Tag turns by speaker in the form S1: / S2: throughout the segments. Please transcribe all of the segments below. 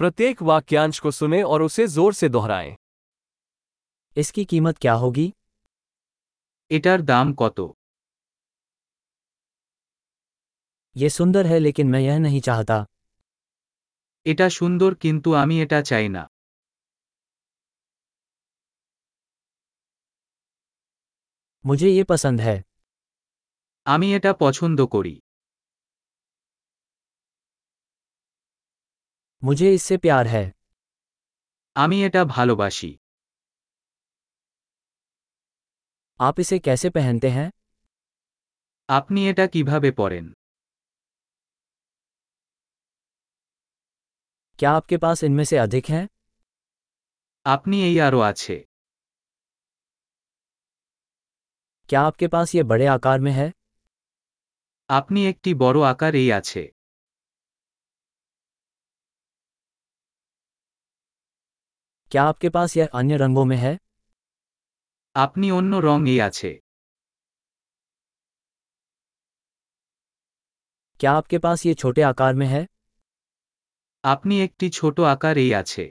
S1: प्रत्येक वाक्यांश को सुने और उसे जोर से दोहराएं
S2: इसकी कीमत क्या होगी
S3: এটার দাম কত
S2: ये सुंदर है लेकिन मैं यह नहीं चाहता
S3: এটা সুন্দর কিন্তু আমি এটা চাই না
S2: मुझे ये पसंद है
S3: আমি এটা পছন্দ করি
S2: मुझे इससे प्यार है
S3: আমি এটা ভালোবাসি
S2: आप इसे कैसे पहनते हैं
S3: আপনি এটা কিভাবে পরেন
S2: क्या आपके पास इनमें से अधिक हैं
S3: আপনি এই আরও আছে
S2: क्या आपके पास ये बड़े आकार में है
S3: আপনি একটি বড় আকার এই আছে
S2: क्या आपके पास यह अन्य रंगों में है
S3: আপনি অন্য রং এই আছে
S2: क्या आपके पास ये छोटे आकार में है
S3: আপনি একটি ছোট আকার এই আছে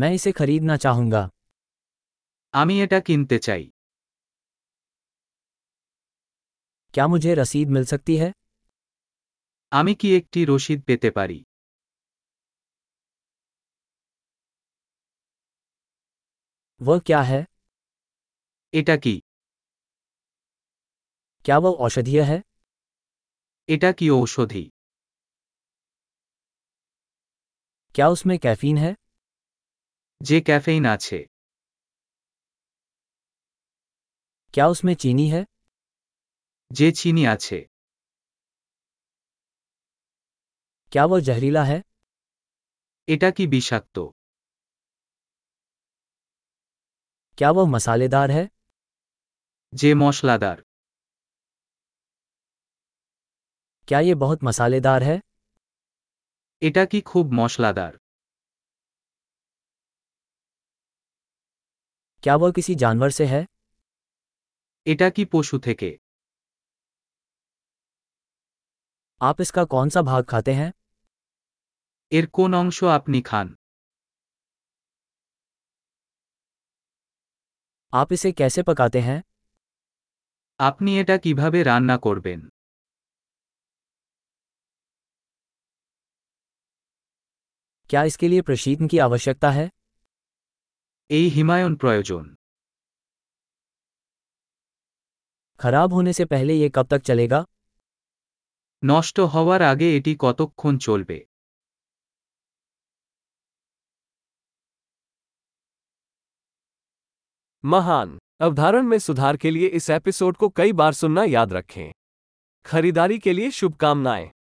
S2: मैं इसे खरीदना चाहूंगा
S3: আমি এটা কিনতে চাই
S2: क्या मुझे रसीद मिल सकती है
S3: আমি কি একটি রসিদ পেতে পারি
S2: वह क्या है
S3: এটা কি
S2: क्या वह औषधीय है
S3: এটা কি ঔষধি
S2: क्या उसमें कैफीन है
S3: যে ক্যাফেইন আছে
S2: क्या उसमें चीनी है
S3: যে চিনি আছে
S2: क्या वह जहरीला है
S3: এটা কি বিষাক্ত
S2: क्या वह मसालेदार है
S3: যে মশলাদার
S2: क्या ये बहुत मसालेदार है
S3: এটা কি খুব মশলাদার
S2: क्या वह किसी जानवर से है
S3: এটা কি পশু থেকে
S2: आप इसका कौन सा भाग खाते हैं
S3: এর কোন অংশ আপনি খান
S2: आप इसे कैसे पकाते हैं
S3: আপনি এটা কিভাবে রান্না করবেন
S2: क्या इसके लिए प्रशीतन की आवश्यकता है
S3: এই হিমায়ন প্রয়োজন
S2: खराब होने से पहले ये कब तक चलेगा
S3: নষ্ট হওয়ার আগে এটি কতক্ষণ চলবে
S1: महान अवधारण में सुधार के लिए इस एपिसोड को कई बार सुनना याद रखें खरीदारी के लिए शुभकामनाएं